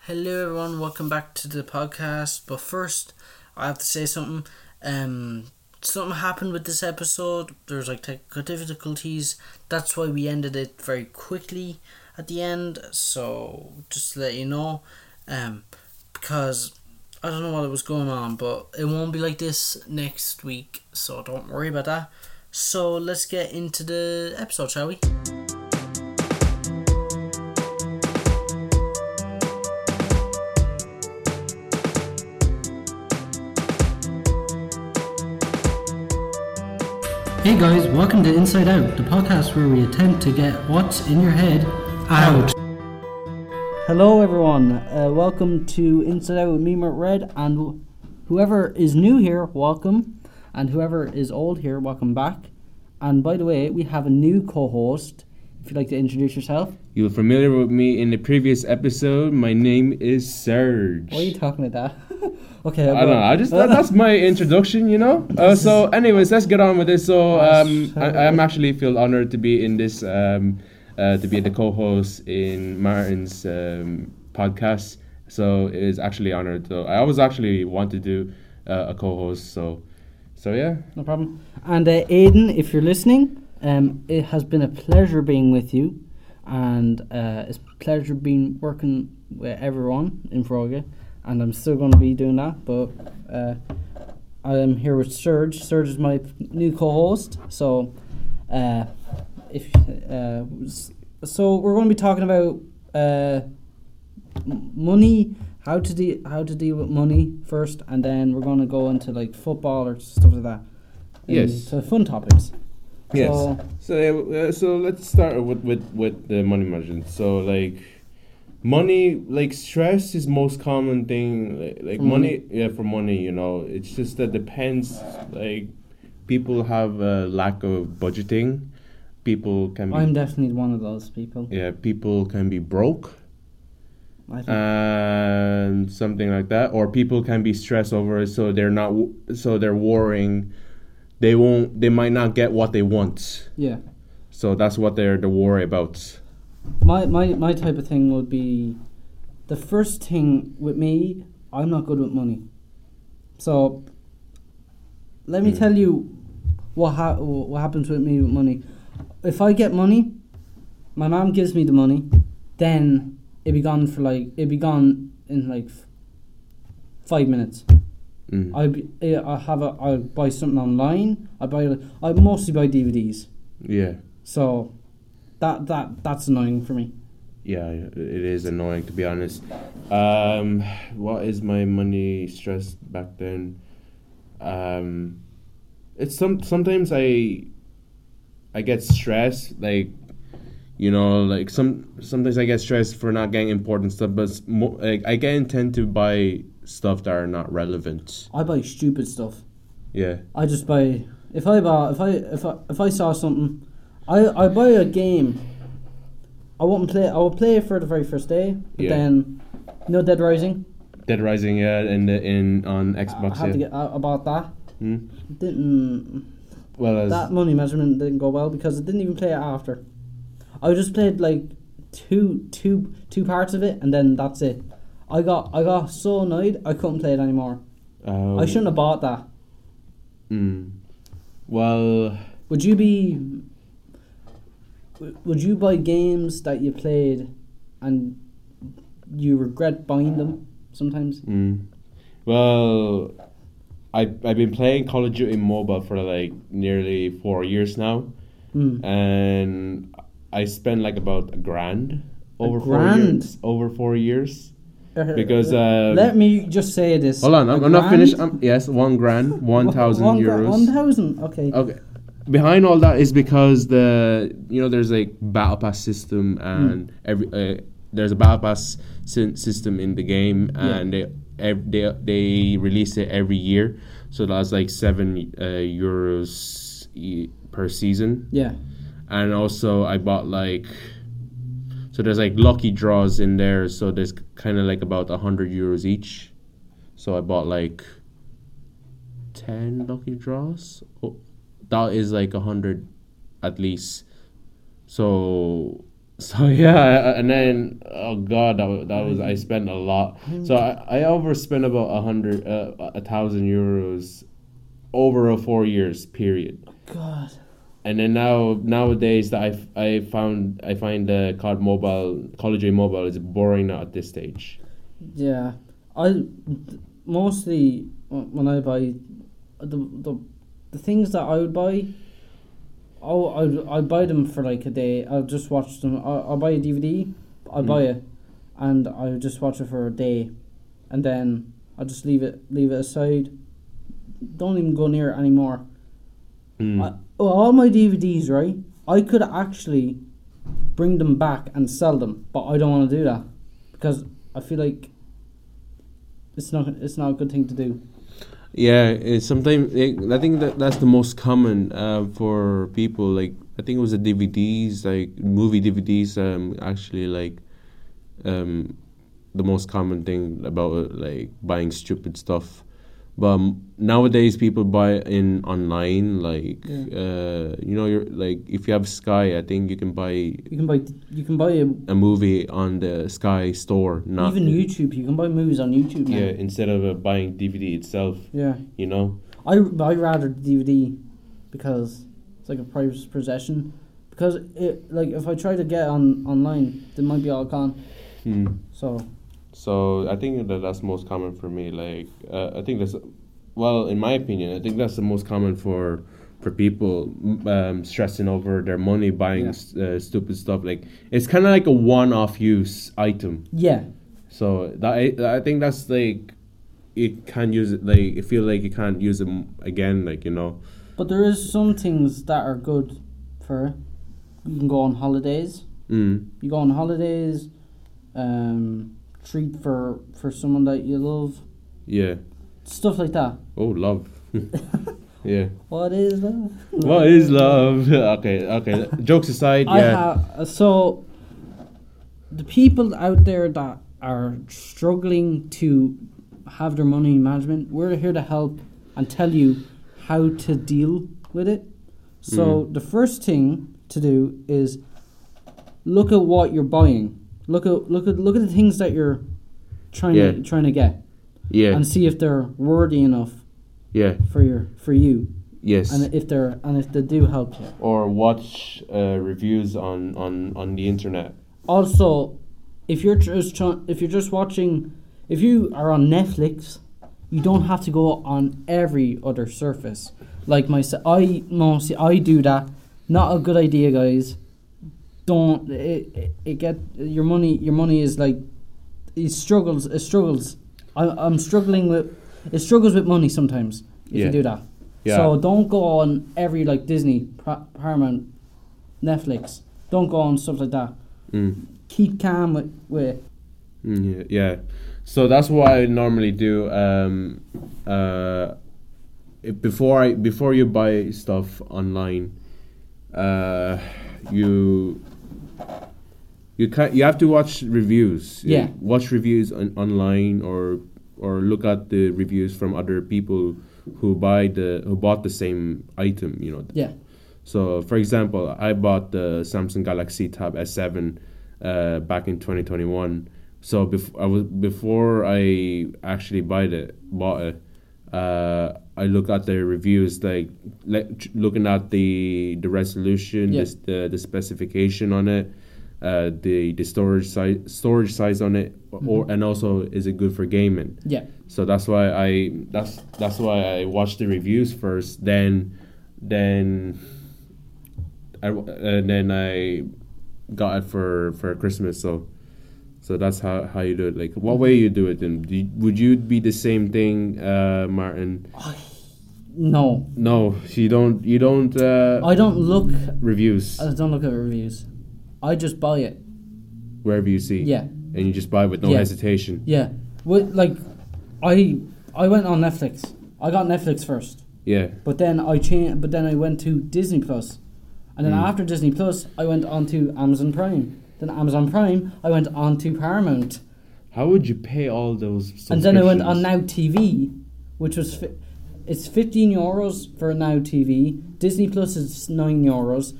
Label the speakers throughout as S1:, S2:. S1: Hello, everyone. Welcome back to the podcast. But first, I have to say something. Um, something happened with this episode. There's like technical difficulties. That's why we ended it very quickly at the end. So just to let you know, um, because I don't know what was going on, but it won't be like this next week. So don't worry about that. So let's get into the episode, shall we?
S2: Hey guys, welcome to Inside Out, the podcast where we attempt to get what's in your head out. Hello, everyone. Uh, welcome to Inside Out with me, Mert Red, and wh- whoever is new here, welcome, and whoever is old here, welcome back. And by the way, we have a new co-host. If you'd like to introduce yourself,
S3: You were familiar with me in the previous episode. My name is Serge.
S2: what are you talking about? That? okay,
S3: I don't know. I just that, that's my introduction, you know. Uh, so, anyways, let's get on with this. So,
S2: Oh,
S3: um, I, I'm actually feel honored to be in this, um, uh, to be the co-host in Martin's um, podcast. So it is actually honored. So I always actually want to do uh, a co-host. So, so yeah.
S2: No problem. And uh, Aiden, if you're listening, um, it has been a pleasure being with you, and uh, it's a pleasure being working with everyone in Froga, and I'm still going to be doing that. But uh, I am here with Serge. Serge is my new co-host. So, uh, if uh, s- so, we're going to be talking about uh, m- money. How to deal how to deal with money first, and then we're going to go into like football or stuff like that.
S3: Yes.
S2: So fun topics.
S3: Yes.
S2: So-
S3: So uh, so let's start with with with the money management. So like money like stress is most common thing like, like
S2: From
S3: money yeah for money you know it's just that depends like people have a lack of budgeting people can be
S2: I'm definitely one of those people.
S3: yeah people can be broke
S2: I think.
S3: and something like that or people can be stressed over it so they're not w- so they're worrying they won't they might not get what they want
S2: yeah.
S3: so that's what they're the worry about
S2: My, my my type of thing would be the first thing with me, I'm not good with money. So let
S3: Mm.
S2: me tell you what ha- what happens with me with money. If I get money, my mom gives me the money, then it'd be gone for like it'd be gone in like f- five minutes.
S3: Mm.
S2: I be I have a I buy something online. I buy I mostly buy DVDs.
S3: yeah
S2: So that that that's annoying for me.
S3: yeah it is annoying to be honest um what is my money stress back then um it's some sometimes i i get stressed like you know like some sometimes i get stressed for not getting important stuff but s- mo- like i can tend to buy stuff that are not relevant
S2: I buy stupid stuff.
S3: yeah
S2: I just buy if I buy if I if I if I saw something, I I buy a game. I won't play. I will play it for the very first day. But
S3: Yeah.
S2: then, no Dead Rising.
S3: dead rising yeah in the, in on
S2: I
S3: xbox
S2: had to
S3: yeah.
S2: get out about that.
S3: Hmm?
S2: Didn't
S3: well as
S2: that money measurement didn't go well because I didn't even play it after. I just played like two two two parts of it and then that's it. I got I got so annoyed I couldn't play it anymore.
S3: um,
S2: I shouldn't have bought that.
S3: mm. well
S2: Would you be? w- Would you buy games that you played, and you regret buying them sometimes?
S3: Mm. Well, I I've been playing Call of Duty Mobile for like nearly four years now,
S2: Mm.
S3: and I spent like about a grand over four
S2: grand?
S3: years. Over four years, because um,
S2: Let me just say this.
S3: hold on,
S2: A
S3: I'm, I'm not finished.
S2: grand-
S3: I'm, yes, one grand, one thousand
S2: one gra-
S3: euros. Oh.
S2: One thousand. Okay.
S3: Okay. Behind all that is because the you know there's like battle pass system and every uh, there's a battle pass sy- system in the game
S2: Yeah.
S3: and they ev- they they release it every year so that's like seven uh, euros e- per season
S2: Yeah.
S3: and also I bought like so there's like lucky draws in there so there's kind of like about a hundred euros each so I bought like 10 lucky draws oh, that is like a hundred at least so So yeah, and then oh god, that was, that was I spent a lot. So I I overspent about a hundred, uh, a thousand euros, over a four years period.
S2: God.
S3: and then now nowadays that I I found I find the COD mobile Call of Duty mobile is boring now at this stage.
S2: Yeah, I mostly when I buy the the, the things that I would buy. Oh, I I buy them for like a day. I'll just watch them. I I'll buy a DVD. I buy it, and I will just watch it for a day, and then I just leave it leave it aside. Don't even go near it anymore.
S3: Hmm. Uh,
S2: I, oh, all my DVDs, right? I could actually bring them back and sell them, but I don't want to do that because I feel like it's not it's not a good thing to do.
S3: Yeah, it's sometimes I think that that's the most common uh, for people. Like I think it was the DVDs, like movie DVDs. Um, actually, like um, the most common thing about it, like buying stupid stuff. But um, nowadays, people buy in online. Like
S2: Yeah.
S3: uh, you know, you're like if you have Sky, I think you can buy
S2: You can buy you can buy a,
S3: a movie on the Sky store. Not
S2: even YouTube. You can buy movies on YouTube now.
S3: Yeah, instead of uh, buying DVD itself,
S2: Yeah.
S3: you know.
S2: I I rather the DVD because it's like a private possession. Because it like if I try to get on online, they might be all gone.
S3: Hmm.
S2: So
S3: So I think that that's most common for me. Like uh, I think that's, well, in my opinion, I think that's the most common for for people m- um, stressing over their money buying
S2: Yeah.
S3: s uh, stupid stuff. Like it's kind of like a one-off use item.
S2: yeah,
S3: So that I, I think that's like you can't use it. Like you feel like you can't use it m- again. Like you know.
S2: but there is some things that are good for it. You can go on holidays.
S3: Mm.
S2: you go on holidays, um, treat for for someone that you love,
S3: Yeah.
S2: stuff like that.
S3: Oh, love. yeah.
S2: What is love?
S3: What is love? okay. Okay. Jokes aside.
S2: I
S3: yeah.
S2: have uh, so the people out there that are struggling to have their money in management, we're here to help and tell you how to deal with it. So
S3: Mm.
S2: the first thing to do is look at what you're buying. Look at look at look at the things that you're trying
S3: Yeah.
S2: to trying to get.
S3: yeah.
S2: and see if they're worthy enough
S3: Yeah.
S2: for your for you
S3: Yes.
S2: and if they're and if they do help you
S3: or watch uh, reviews on, on, on the internet.
S2: also if you're just try- if you're just watching if you are on netflix you don't have to go on every other surface like myself i mostly i do that not a good idea guys don't it, it, it get your money your money is like it struggles it struggles I, i'm struggling with it struggles with money sometimes if
S3: Yeah.
S2: you do that
S3: Yeah.
S2: so don't go on every like disney Pa- paramount netflix don't go on stuff like that
S3: Mm.
S2: keep calm with, with
S3: Mm, yeah, yeah. So that's what I normally do. Um, uh, if- before I before you buy stuff online, uh, you you can you have to watch reviews. You
S2: Yeah.
S3: watch reviews on, online or or look at the reviews from other people who buy the who bought the same item. You know,
S2: yeah
S3: So, for example, I bought the Samsung Galaxy Tab S7 uh, back in 2021. So bef- I was before I actually bought it, bought it. Uh, I look at the reviews, like le- ch- looking at the the resolution,
S2: Yeah.
S3: this, the the specification on it, uh, the the storage size storage size on it, or and also is it good for gaming?
S2: yeah
S3: So that's why I that's that's why I watch the reviews first. Then, then, I and then I got it for for Christmas. So, so that's how how you do it. Like, what way you do it? Then, do you- would you be the same thing, uh, Martin?
S2: no
S3: No, you don't. You don't uh,
S2: i Uh, don't look
S3: reviews
S2: i don't look at reviews i just buy it
S3: wherever you see.
S2: yeah
S3: and you just buy with no
S2: Yeah.
S3: hesitation.
S2: yeah with, like i i went on netflix i got netflix first
S3: Yeah,
S2: but then i changed but then i went to disney plus and
S3: Mm.
S2: then after disney plus i went on to amazon prime then amazon prime i went on to paramount
S3: how would you pay all those?
S2: and then I went on
S3: subscriptions?
S2: Now TV, which was fi- it's fifteen euros for Now TV. Disney Plus is nine euros.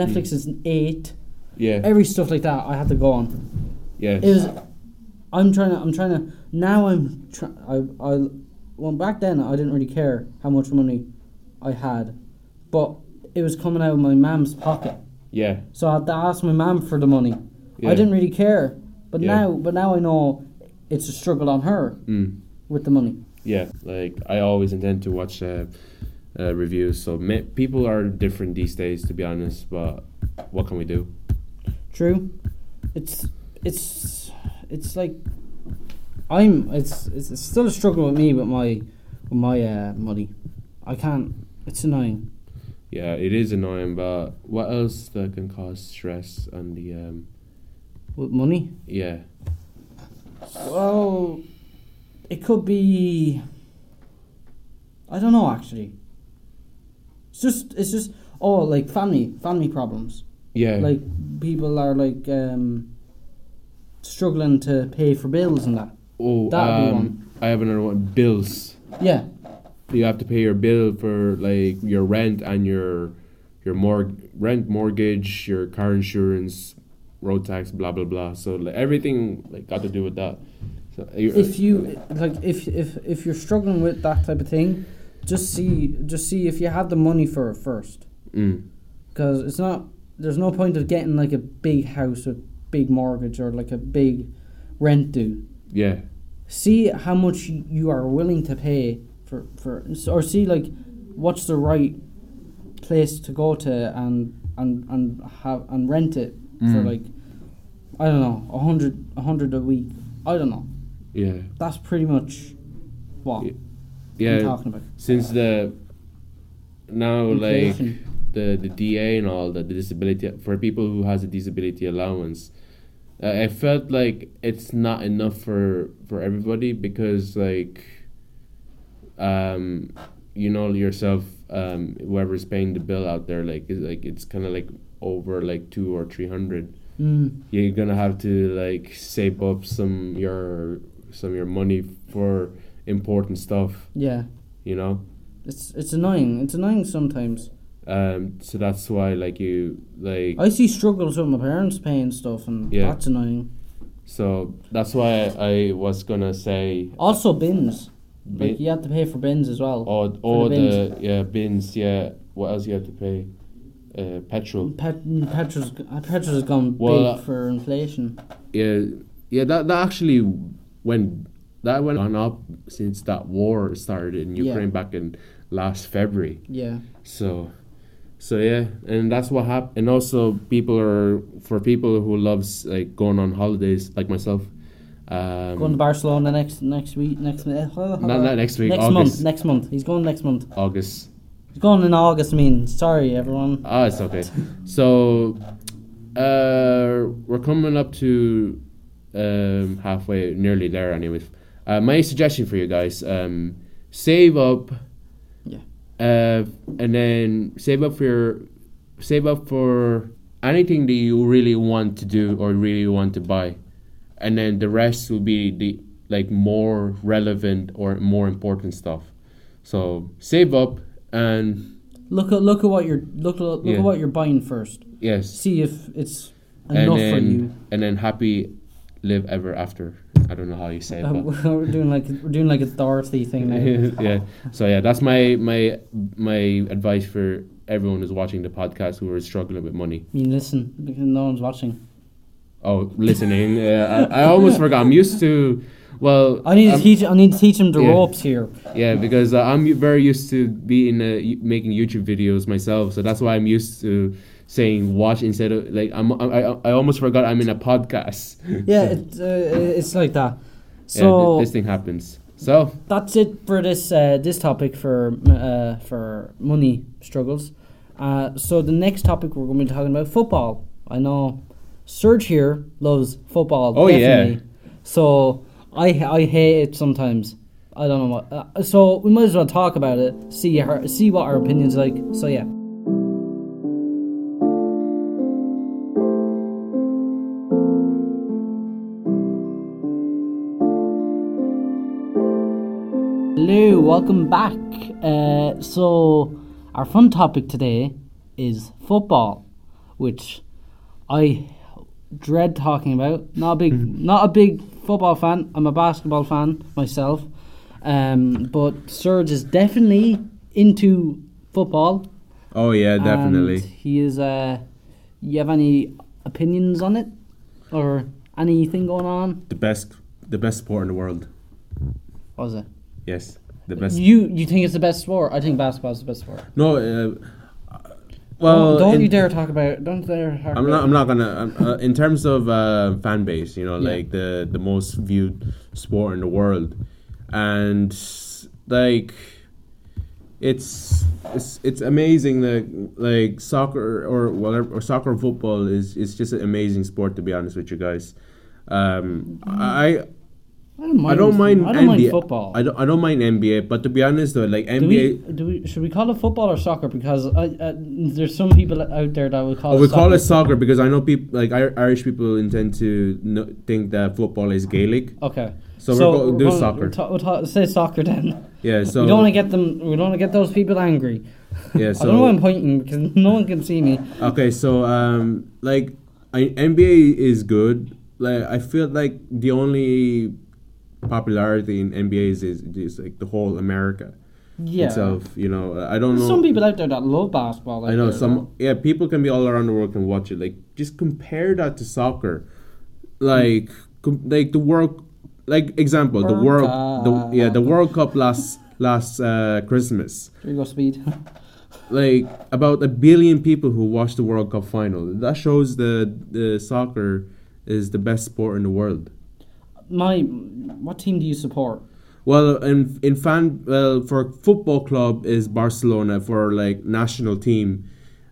S2: Netflix is eight.
S3: Yeah.
S2: Every stuff like that, I had to go on.
S3: Yes.
S2: It was. I'm trying to. I'm trying to. Now I'm. Try, I. I. Well, back then I didn't really care how much money I had, but it was coming out of my mam's pocket.
S3: yeah.
S2: So I had to ask my mum for the money.
S3: Yeah.
S2: I didn't really care, but
S3: Yeah.
S2: now, but now I know it's a struggle on her
S3: Mm.
S2: with the money.
S3: Yeah. Like I always intend to watch uh, uh, reviews. So ma- people are different these days, to be honest. But what can we do?
S2: True, it's it's it's like I'm. It's it's, it's still a struggle with me with my with my uh, money. I can't. It's annoying.
S3: Yeah, it is annoying. But what else that can cause stress on the um?
S2: With money,
S3: Yeah.
S2: well, it could be. I don't know actually. It's just it's just oh like family family problems.
S3: Yeah.
S2: like people are like um struggling to pay for bills and that
S3: oh,
S2: that'd be
S3: um,
S2: one.
S3: I have another one. Bills.
S2: yeah
S3: you have to pay your bill for like your rent and your your mor- rent mortgage your car insurance road tax blah blah blah so like everything like got to do with that so you-
S2: if you like if if if you're struggling with that type of thing just see just see if you have the money for it first
S3: mm,
S2: because it's not there's no point of getting like a big house with big mortgage or like a big rent due
S3: yeah
S2: see how much you are willing to pay for for or see like what's the right place to go to and and and have and rent it for
S3: Mm.
S2: like I don't know a hundred a hundred a week I don't know
S3: yeah
S2: that's pretty much what
S3: Yeah,
S2: I'm
S3: yeah
S2: talking about
S3: since the now like
S2: Inflation.
S3: the the DA and all that the disability for people who has a disability allowance uh, I felt like it's not enough for for everybody because like um you know yourself um whoever's paying the bill out there like is like it's kind of like over like 2 or 300
S2: mm,
S3: you're gonna have to like save up some your some your money for important stuff
S2: yeah
S3: you know
S2: it's it's annoying it's annoying sometimes
S3: Um, so that's why, like you, like
S2: I see struggles with my parents paying stuff and
S3: Yeah.
S2: that's annoying
S3: so that's why I, was gonna say,
S2: also bins
S3: Bin-
S2: like you have to pay for bins as well
S3: or
S2: for
S3: or
S2: the
S3: the, yeah bins, yeah. What else you have to pay? Uh, petrol.
S2: Pet, petrol's, uh, petrol has gone
S3: Well,
S2: big
S3: uh,
S2: for inflation.
S3: Yeah, yeah. That that actually went that went on up since that war started in
S2: Yeah.
S3: Ukraine back in last February.
S2: Yeah.
S3: So, so yeah, and that's what happened. And also, people are for people who loves like going on holidays, like myself. Um,
S2: Going to Barcelona next next week next month. Not,
S3: not next week,
S2: Next month.
S3: August.
S2: Next month. He's going next month.
S3: August.
S2: He's going in August. I mean, sorry everyone.
S3: Ah, it's okay. So, uh, we're coming up to um, halfway, nearly there, anyways. Uh, my suggestion for you guys: um, save up,
S2: Yeah.
S3: uh, and then save up for your, save up for anything that you really want to do or really want to buy, and then the rest will be the like more relevant or more important stuff. So save up and
S2: Look at look at what you're look look
S3: Yeah.
S2: at what you're buying first.
S3: yes.
S2: See if it's
S3: and
S2: enough
S3: then,
S2: for you.
S3: And then happy live ever after. I don't know how you say it.
S2: Uh,
S3: But
S2: we're doing like we're doing like a Dorothy thing now.
S3: yeah. So yeah, that's my my my advice for everyone who's watching the podcast who are struggling with money.
S2: I mean, listen, because no one's watching.
S3: Oh, listening. yeah, I, I almost forgot. I'm used to. Well,
S2: I need
S3: I'm-
S2: to teach. I need to teach him the
S3: Um, yeah.
S2: ropes here.
S3: Yeah, because uh, I'm very used to being uh, y- making YouTube videos myself, so that's why I'm used to saying watch instead of like I'm I, I I almost forgot I'm in a podcast.
S2: Yeah, it's uh, it's like that.
S3: yeah,
S2: So
S3: th- this thing happens. So
S2: that's it for this uh, this topic for m- uh, for money struggles. Uh, so the next topic we're going to be talking about football. I know Serge here loves football.
S3: Oh, yeah.
S2: definitely. So I I hate it sometimes. I don't know what. Uh, so we might as well talk about it. See her, see what our opinions like. So yeah. Hello, welcome back. Uh, so, our fun topic today is football, which I dread talking about. Not a big, not a big football fan. I'm a basketball fan myself. Um, but Serge is definitely into football.
S3: Oh yeah,
S2: And
S3: definitely.
S2: he is. Uh, you have any opinions on it, or anything going on?
S3: The best, the best sport in the world.
S2: What was it?
S3: Yes, the best.
S2: You you think it's the best sport? I think basketball's the best sport.
S3: No, uh, well,
S2: don't, don't
S3: in-
S2: you dare talk about. Don't dare talk
S3: I'm
S2: about.
S3: not. I'm not gonna. I'm, uh, in terms of uh, fan base, you know,
S2: Yeah.
S3: like the the most viewed sport in the world, and like it's it's it's amazing that like soccer or whatever or soccer and football is is just an amazing sport to be honest with you guys. Um, I
S2: I don't mind.
S3: I don't mind.
S2: I don't mind
S3: NBA.
S2: football.
S3: I don't. I don't mind NBA. But to be honest though, like
S2: do
S3: NBA.
S2: we, do we should we call it football or soccer? Because I, uh, there's some people out there that would call
S3: Oh,
S2: it
S3: we
S2: soccer.
S3: call it soccer because I know people like Ir- Irish people intend to no, think that football is Gaelic.
S2: Okay.
S3: So we're go- do
S2: gonna-
S3: soccer.
S2: We'll, ta- we'll ta- say soccer then.
S3: Yeah, so
S2: we don't want to get them. We don't want to get those people angry.
S3: yeah,
S2: I don't know why I'm
S3: so
S2: pointing because no one can see me.
S3: okay, so um, like I, NBA is good. Like I feel like the only popularity in NBA is is, is like the whole America
S2: Yeah.
S3: itself. You know, I don't
S2: There's
S3: know.
S2: some people out there that love basketball. Like uh,
S3: uh, I know
S2: that.
S3: some. Yeah, people can be all around the world and watch it. Like, just compare that to soccer. Like, com- like the World, like example, the World, the yeah, the World Cup last last uh, Christmas.
S2: Here you go, speed.
S3: Like about a billion people who watched the World Cup final. That shows the the soccer is the best sport in the world.
S2: My, what team do you support?
S3: Well, in in fan well for football club is Barcelona for like national team,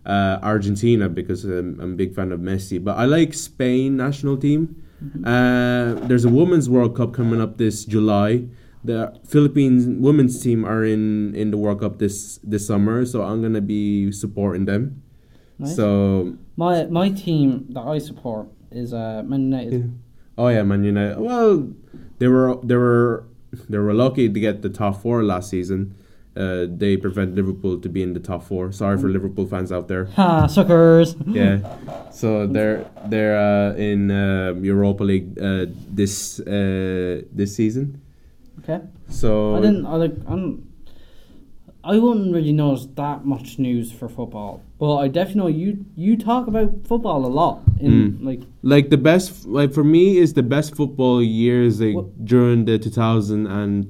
S3: uh, Argentina because um, I'm, I'm a big fan of Messi. But I like Spain national team. Uh, there's a women's World Cup coming up this July. The Philippines women's team are in in the World Cup this this summer, so I'm gonna be supporting them.
S2: Nice.
S3: So
S2: My my team that I support is uh, Man United.
S3: Oh yeah, Man United. Well, they were they were they were lucky to get the top four last season. Uh, they prevent Liverpool to be in the top four. Sorry for Liverpool fans out there.
S2: Ha, suckers.
S3: Yeah, so they're they're uh, in uh, Europa League uh, this uh, this season.
S2: Okay.
S3: So
S2: I didn't. I like. I'm. I wouldn't really notice that much news for football, but I definitely know you. You talk about football a lot in like
S3: like the best like for me is the best football years like
S2: What-
S3: during the 2000 and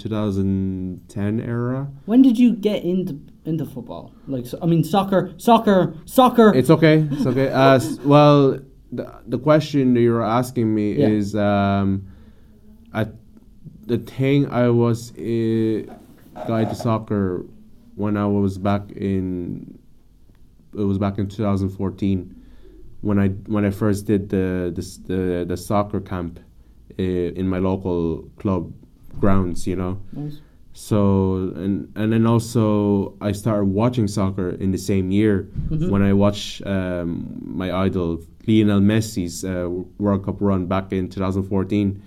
S3: 2010 era.
S2: When did you get into into football? Like, so, I mean, soccer, soccer, soccer.
S3: It's okay. It's okay. Uh, s- well, the, the question that you're asking me
S2: Yeah.
S3: is um, I, the thing I was uh, guide to soccer when I was back in it was back in 2014 when I when I first did the the s- the, the soccer camp uh, in my local club grounds. You know.
S2: Nice.
S3: So and and then also I started watching soccer in the same year
S2: Mm-hmm.
S3: when I watched um, my idol Lionel Messi's uh, World Cup run back in 2014,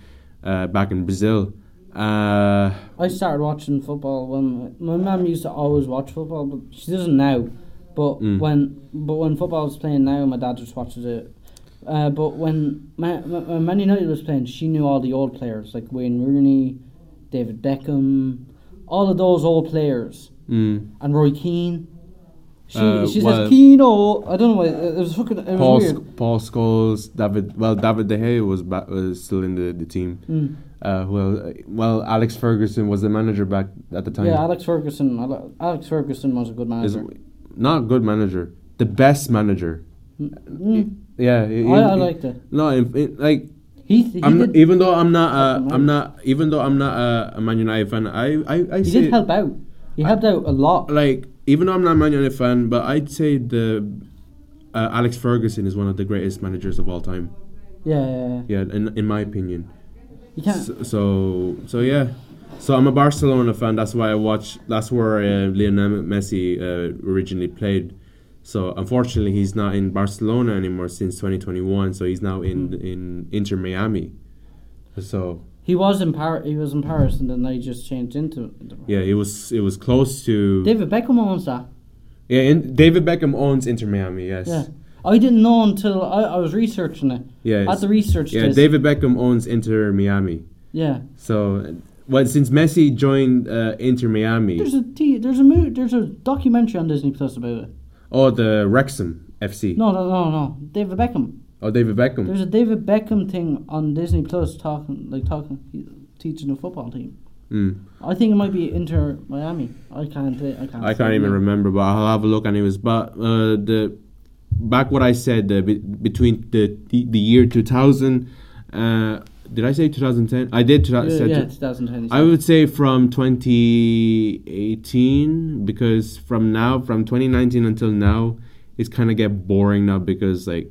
S3: uh, back in Brazil. Uh,
S2: I started watching football when my mum used to always watch football, but she doesn't now. But
S3: Hmm.
S2: when but when football was playing now, my dad just watches it. Uh, but when Ma- Ma- when Man United was playing, she knew all the old players like Wayne Rooney, David Beckham, all of those old players,
S3: mm,
S2: and Roy Keane. She
S3: Uh,
S2: she
S3: well-
S2: says Keane-o. I don't know. why It was fucking. It was
S3: Paul
S2: weird.
S3: Sc- Paul Scholes, David well David De Gea was ba- was still in the, the team.
S2: Mm.
S3: Uh, well uh, well Alex Ferguson was the manager back at the time.
S2: Yeah, Alex Ferguson. Ale- Alex Ferguson was a good
S3: Is-
S2: manager.
S3: not a good manager, the best manager.
S2: Mm,
S3: Yeah, he-
S2: I, I
S3: he-
S2: liked it.
S3: No, in, in, like
S2: He, he
S3: I'm
S2: did.
S3: not, even though I'm not
S2: Fucking
S3: uh, I'm
S2: hell.
S3: not even though I'm not uh, a Man United fan. I I I
S2: he
S3: say
S2: did help out. He helped out a lot.
S3: like even though I'm not a Man United fan, but I'd say the uh, Alex Ferguson is one of the greatest managers of all time.
S2: Yeah, yeah, yeah.
S3: Yeah, in in my opinion.
S2: You can't.
S3: So, so so yeah. So I'm a Barcelona fan. That's why I watch. That's where uh, Lionel Messi uh, originally played. So unfortunately, he's not in Barcelona anymore since 2021. So he's now in
S2: Mm.
S3: in Inter Miami. So
S2: he was in Paris. He was in Paris, and then they just changed into.
S3: Yeah, it was it was close to
S2: David Beckham owns that.
S3: yeah. In, David Beckham owns Inter Miami. Yes.
S2: Yeah. I didn't know until I, I was researching it.
S3: Yeah,
S2: At the research
S3: yeah.
S2: desk.
S3: David Beckham owns Inter Miami.
S2: Yeah.
S3: So, well, since Messi joined uh, Inter
S2: There's
S3: Miami,
S2: a t- there's a mo- there's a documentary on Disney Plus about it.
S3: oh the Wrexham FC,
S2: No, no, no, no. David Beckham.
S3: oh David Beckham.
S2: There's a David Beckham thing on Disney Plus talking like talking teaching a football team.
S3: Mm.
S2: I think it might be Inter Miami. I can't. I can't.
S3: I can't even remember, but I'll have a look. Anyways, but uh, the back what I said uh, be, between the, the the year 2000, uh, did I say 2010? I did.
S2: Yeah,
S3: Tra- said
S2: yeah
S3: two-
S2: 2020.
S3: I would say from 2018 because from now, from 2019 until now, it's kind of get boring now because like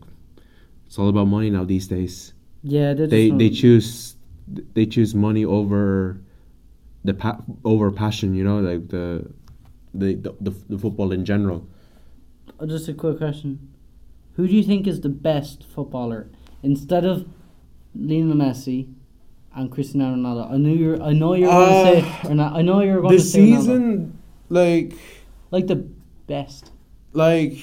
S3: it's all about money now these days.
S2: yeah, they're just
S3: They
S2: not-
S3: they choose they choose money over the pa- over passion. You know, like the the the, the, the football in general.
S2: Uh, Just a quick question: Who do you think is the best footballer instead of Lionel Messi and Cristiano Ronaldo? I knew you're. I know you're going to
S3: Uh,
S2: say. Or not, I know you're going to
S3: This
S2: say. Ronaldo.
S3: season, like
S2: like the best.
S3: like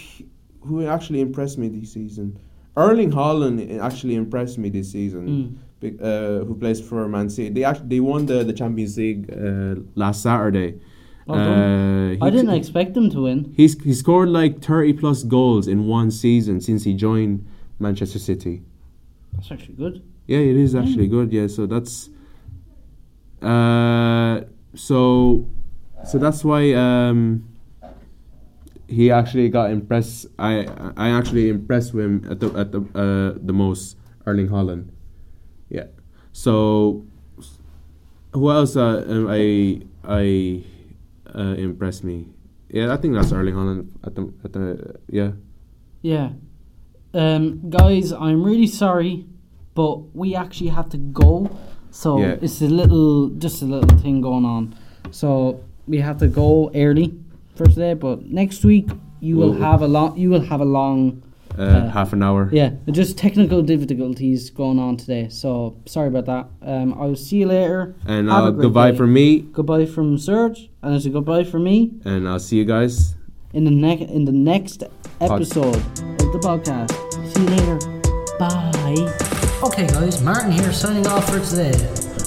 S3: who actually impressed me this season. Erling Haaland actually impressed me this season.
S2: Mm.
S3: be- uh, who plays for Man City. They actually they won the, the Champions League uh, last Saturday.
S2: Well done.
S3: Uh, he,
S2: Oh, I didn't expect them to win.
S3: He's he scored like thirty plus goals in one season since he joined Manchester City.
S2: That's actually good.
S3: Yeah, it is
S2: Mm.
S3: actually good. Yeah, so that's uh, so so that's why um, he actually got impressed. I I actually impressed with him at the at the uh, the most Erling Haaland. Yeah. So who else uh, um, I I uh, impressed me? Yeah, I think that's Erling Haaland at the at the yeah.
S2: Yeah. Um, guys, I'm really sorry, but we actually have to go. So
S3: Yeah.
S2: it's a little, just a little thing going on. So we have to go early for today, but next week you will
S3: Well-
S2: have a long, you will have a long,
S3: Uh,
S2: Uh,
S3: half an hour.
S2: yeah, just technical difficulties going on today. So sorry about that. Um, I will see you later.
S3: And
S2: Have a
S3: uh,
S2: great
S3: goodbye
S2: day.
S3: from me.
S2: Goodbye from Serge, and it's a goodbye from me.
S3: And I'll see you guys.
S2: in the next in the next episode of the podcast. See you later. Bye.
S1: Okay, guys, Martin here signing off for today.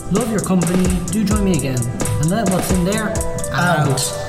S1: Love your company. Do join me again. And let what's in there out.